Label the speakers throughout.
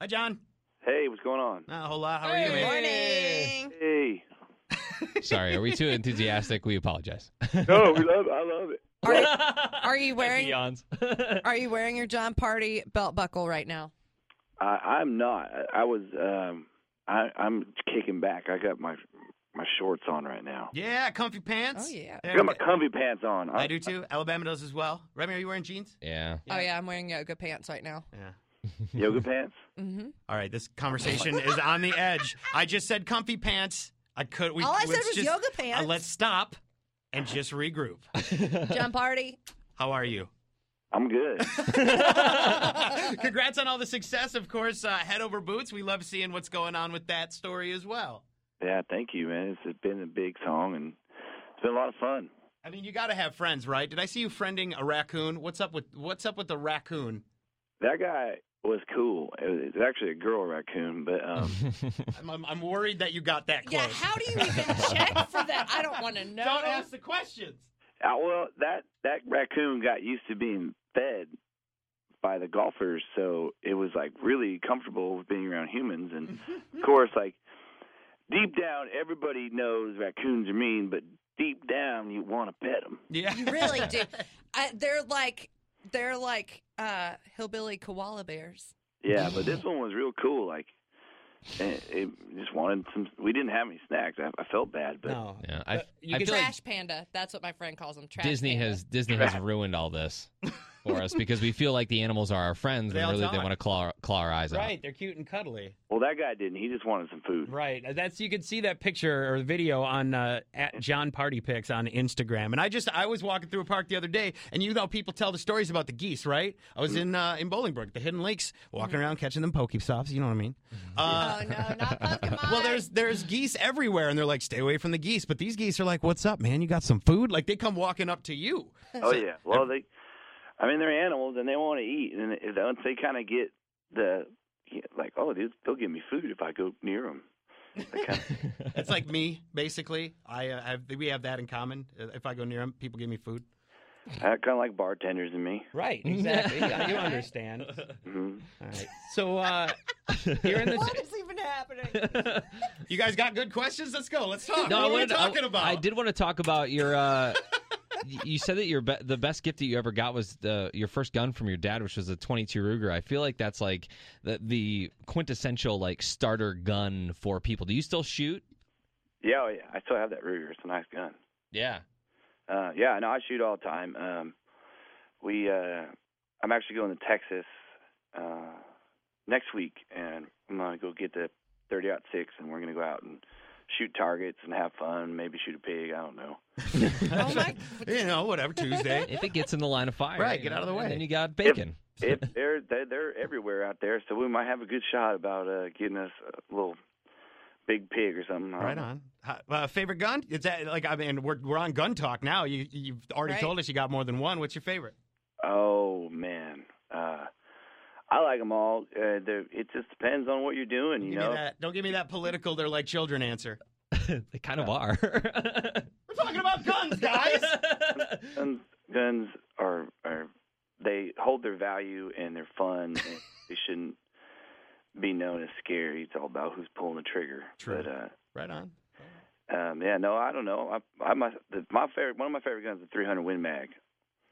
Speaker 1: Hi, John.
Speaker 2: Hey, what's going on?
Speaker 1: Not a whole lot. How are you, man?
Speaker 3: Morning.
Speaker 2: Hey.
Speaker 4: Sorry, are we too enthusiastic? We apologize.
Speaker 2: No, we love. I love it.
Speaker 5: Are you wearing
Speaker 1: Yawns.
Speaker 5: Are you wearing your John Party belt buckle right now?
Speaker 2: I, I'm not. I, I was. Um, I, I'm kicking back. I got my my shorts on right now.
Speaker 1: yeah, comfy pants.
Speaker 5: Oh, yeah.
Speaker 1: There
Speaker 2: I got
Speaker 1: we
Speaker 2: my
Speaker 1: go.
Speaker 2: comfy pants on.
Speaker 1: I do too. Alabama does as well. Remy, are you wearing jeans?
Speaker 4: yeah.
Speaker 5: Oh yeah, I'm wearing yoga pants right now.
Speaker 1: Yeah.
Speaker 2: Yoga pants.
Speaker 5: hmm
Speaker 1: All right, this conversation is on the edge. I just said comfy pants. I could. We,
Speaker 5: All I
Speaker 1: let's
Speaker 5: said was
Speaker 1: just-
Speaker 5: yoga
Speaker 1: uh,
Speaker 5: pants.
Speaker 1: let's stop and just regroup.
Speaker 5: John Party.
Speaker 1: How are you?
Speaker 2: I'm good.
Speaker 1: Congrats on all the success, of course. Uh, head over boots. We love seeing what's going on with that story as well.
Speaker 2: yeah, thank you, man. It's been a big song and it's been a lot of fun.
Speaker 1: I mean, you got to have friends, right? Did I see you friending a raccoon? What's up with What's up with the raccoon?
Speaker 2: That guy was cool. It was, it's actually a girl raccoon, but um,
Speaker 1: I'm, I'm, I'm worried that you got that close.
Speaker 5: Yeah, how do you even check for that? I don't want to know.
Speaker 1: Don't ask the questions.
Speaker 2: uh, well, that that raccoon got used to being fed by the golfers, so it was like really comfortable with being around humans. And of course, like deep down, everybody knows raccoons are mean, but deep down, you want to pet them.
Speaker 1: Yeah,
Speaker 5: You really do. I, they're like they're like uh, hillbilly koala bears.
Speaker 2: Yeah, but this one was real cool. Like, it, it just wanted some. We didn't have any snacks. I, I felt bad, but
Speaker 1: No.
Speaker 4: Yeah. I,
Speaker 1: Uh, you
Speaker 4: I
Speaker 1: can
Speaker 4: feel like
Speaker 5: Trash panda. That's what my friend calls them. Trash
Speaker 4: Disney
Speaker 5: panda.
Speaker 4: has Disney has ruined all this for us because we feel like the animals are our friends
Speaker 1: They all
Speaker 4: and really they
Speaker 1: die.
Speaker 4: want to claw, claw our eyes out.
Speaker 1: Right, they're cute and cuddly.
Speaker 2: well, that guy didn't. He just wanted some food.
Speaker 1: Right. uh, That's you can see that picture or video on uh, at John Party Pics on Instagram. And I just I was walking through a park the other day, and you know people tell the stories about the geese, right? I was in uh, in Bolingbrook, the Hidden Lakes,
Speaker 5: Mm-hmm.
Speaker 1: walking around catching them pokestops. You know what I mean? Uh,
Speaker 5: Oh no, not Pokemon.
Speaker 1: well, there's there's geese everywhere, and they're like, stay away from the geese. But these geese are like, what's up, man? You got some food? Like they come walking up to you.
Speaker 2: Oh yeah. Well, they. I mean, they're animals and they want to eat, and it- once they kind of get the like, oh, dude, they'll give me food if I go near them.
Speaker 1: It's like me, basically. I uh, have we have that in common. Uh, If I go near them, people give me food.
Speaker 2: kind of like bartenders and me.
Speaker 1: Right, exactly. you understand.
Speaker 2: Mhm.
Speaker 1: All right. So uh, here in this,
Speaker 5: what is even happening?
Speaker 1: you guys got good questions. Let's go. Let's talk. what
Speaker 4: I
Speaker 1: are we
Speaker 4: wanted to- I-
Speaker 1: talking about?
Speaker 4: I did want to talk about your. Uh, y- you said that your be- the best gift that you ever got was the your first gun from your dad, which was a 22 Ruger. I feel like that's like the, the quintessential like starter gun for people. Do you still shoot?
Speaker 2: Yeah, oh, yeah. I still have that Ruger. It's a nice gun.
Speaker 4: Yeah.
Speaker 2: Uh, yeah, no, I shoot all the time. Um, we, uh, I'm actually going to Texas uh, next week, and I'm gonna go get the 30 out six, and we're gonna go out and shoot targets and have fun. Maybe shoot a pig. I don't know.
Speaker 5: Oh my!
Speaker 1: you know, whatever Tuesday.
Speaker 4: If it gets in the line of fire,
Speaker 1: Right,
Speaker 4: you
Speaker 1: get
Speaker 4: know,
Speaker 1: out of the way.
Speaker 4: And then you got bacon.
Speaker 2: If they're, they're they're everywhere out there, so we might have a good shot about uh, getting us a little big pig or something. Um, I don't
Speaker 1: right
Speaker 2: know.
Speaker 1: on. Hi- Uh, favorite gun? Is that like I mean we're we're on gun talk now. You you've already
Speaker 5: Right.
Speaker 1: told us you got more than one. What's your favorite?
Speaker 2: Oh man, uh, I like them all. Uh, they're- it just depends on what you're doing, you
Speaker 1: give
Speaker 2: know.
Speaker 1: me that. Don't give me that political. They're like children. Answer.
Speaker 4: they kind of are.
Speaker 1: We're talking about guns, guys.
Speaker 2: Guns, guns are are they hold their value and they're fun. and they shouldn't be known as scary. It's all about who's pulling the trigger.
Speaker 1: True.
Speaker 2: But uh,
Speaker 1: right on.
Speaker 2: um, yeah, no, I don't know. I, I my the, my favorite one of my favorite guns is the 300 Win Mag.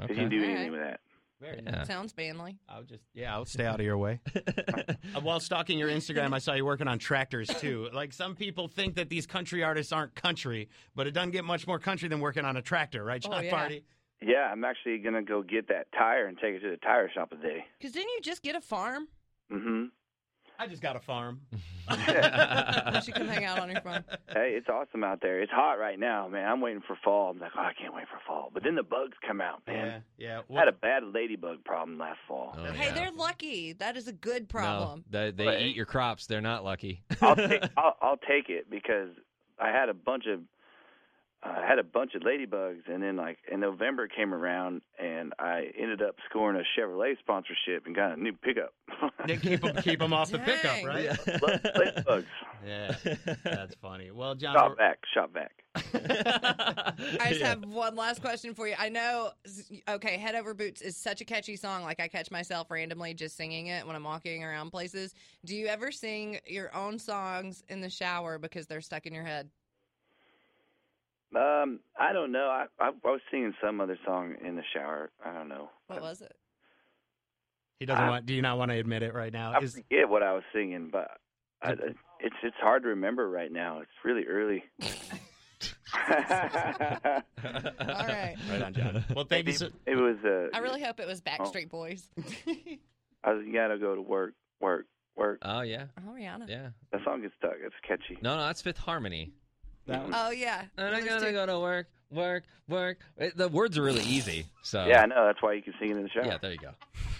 Speaker 2: You can
Speaker 4: Okay.
Speaker 2: do
Speaker 5: All
Speaker 2: anything
Speaker 5: right.
Speaker 2: with that.
Speaker 1: Very nice.
Speaker 4: Yeah.
Speaker 5: Sounds manly.
Speaker 1: I'll just yeah, I'll stay out of your way. Uh, While stalking your Instagram, I saw you working on tractors too. Like some people think that these country artists aren't country, but it doesn't get much more country than working on a tractor, right, John
Speaker 5: yeah.
Speaker 1: Party?
Speaker 2: Yeah, I'm actually gonna go get that tire and take it to the tire shop today.
Speaker 5: Because didn't you just get a farm?
Speaker 2: Mm-hmm.
Speaker 1: I I just got a farm.
Speaker 5: Why don't you come hang out on your farm?
Speaker 2: Hey, it's awesome out there. It's hot right now, man. I'm waiting for fall. I'm like, oh, I can't wait for fall. But then the bugs come out,
Speaker 1: Yeah,
Speaker 2: man.
Speaker 1: yeah.
Speaker 2: I had a bad ladybug problem last fall.
Speaker 4: Oh,
Speaker 5: Hey,
Speaker 4: yeah.
Speaker 5: they're lucky. That is a good problem.
Speaker 4: No, they they
Speaker 2: Right.
Speaker 4: eat your crops. They're not lucky.
Speaker 2: I'll take I'll, I'll take it because I had a bunch of uh, I had a bunch of ladybugs, and then like in November came around, and I ended up scoring a Chevrolet sponsorship and got a new pickup.
Speaker 1: They keep them, off the pickup,
Speaker 5: Dang.
Speaker 1: right?
Speaker 4: Yeah.
Speaker 2: Love ladybugs.
Speaker 1: Yeah, that's funny. Well, John,
Speaker 2: Shot
Speaker 1: we're-
Speaker 2: back, shot back.
Speaker 5: I just have one last question for you. I know, okay, Head Over Boots is such a catchy song. Like, I catch myself randomly just singing it when I'm walking around places. Do you ever sing your own songs in the shower because they're stuck in your head?
Speaker 2: Um, I don't know. I, I I was singing some other song in the shower. I don't know.
Speaker 5: What was it?
Speaker 1: he doesn't
Speaker 2: I-
Speaker 1: want. Do you not want to admit it right now?
Speaker 2: I
Speaker 1: Is
Speaker 2: forget what I was singing, but I, it's it's hard to remember right now. It's really early.
Speaker 5: All right.
Speaker 1: right on, John. Well, thank you. So,
Speaker 2: it was. Uh,
Speaker 5: I really hope it was Backstreet Boys.
Speaker 2: I was, you gotta go to work, work, work.
Speaker 4: Oh yeah,
Speaker 5: Oh, Rihanna.
Speaker 4: yeah.
Speaker 2: That song gets stuck. It's catchy.
Speaker 4: No, no, that's Fifth Harmony.
Speaker 5: Oh, yeah.
Speaker 4: And I'm
Speaker 5: There's
Speaker 4: gonna
Speaker 5: two-
Speaker 4: go to work, work, work. It- the words are really easy. So
Speaker 2: Yeah, I know. That's why you can sing it in the shower.
Speaker 4: Uh, yeah. There you go.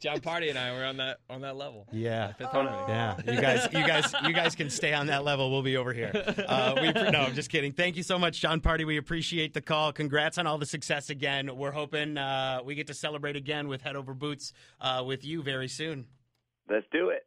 Speaker 4: John Party and I were on that on that
Speaker 2: Oh,
Speaker 4: level.
Speaker 1: yeah.
Speaker 4: Fifth Harmony.
Speaker 1: Yeah, you guys, you guys, you guys can stay on that level. We'll be over here. Uh, we appre- no, I'm just kidding. Thank you so much, John Party. We appreciate the call. Congrats on all the success again. We're hoping uh, we get to celebrate again with Head Over Boots uh, with you very soon.
Speaker 2: Let's do it.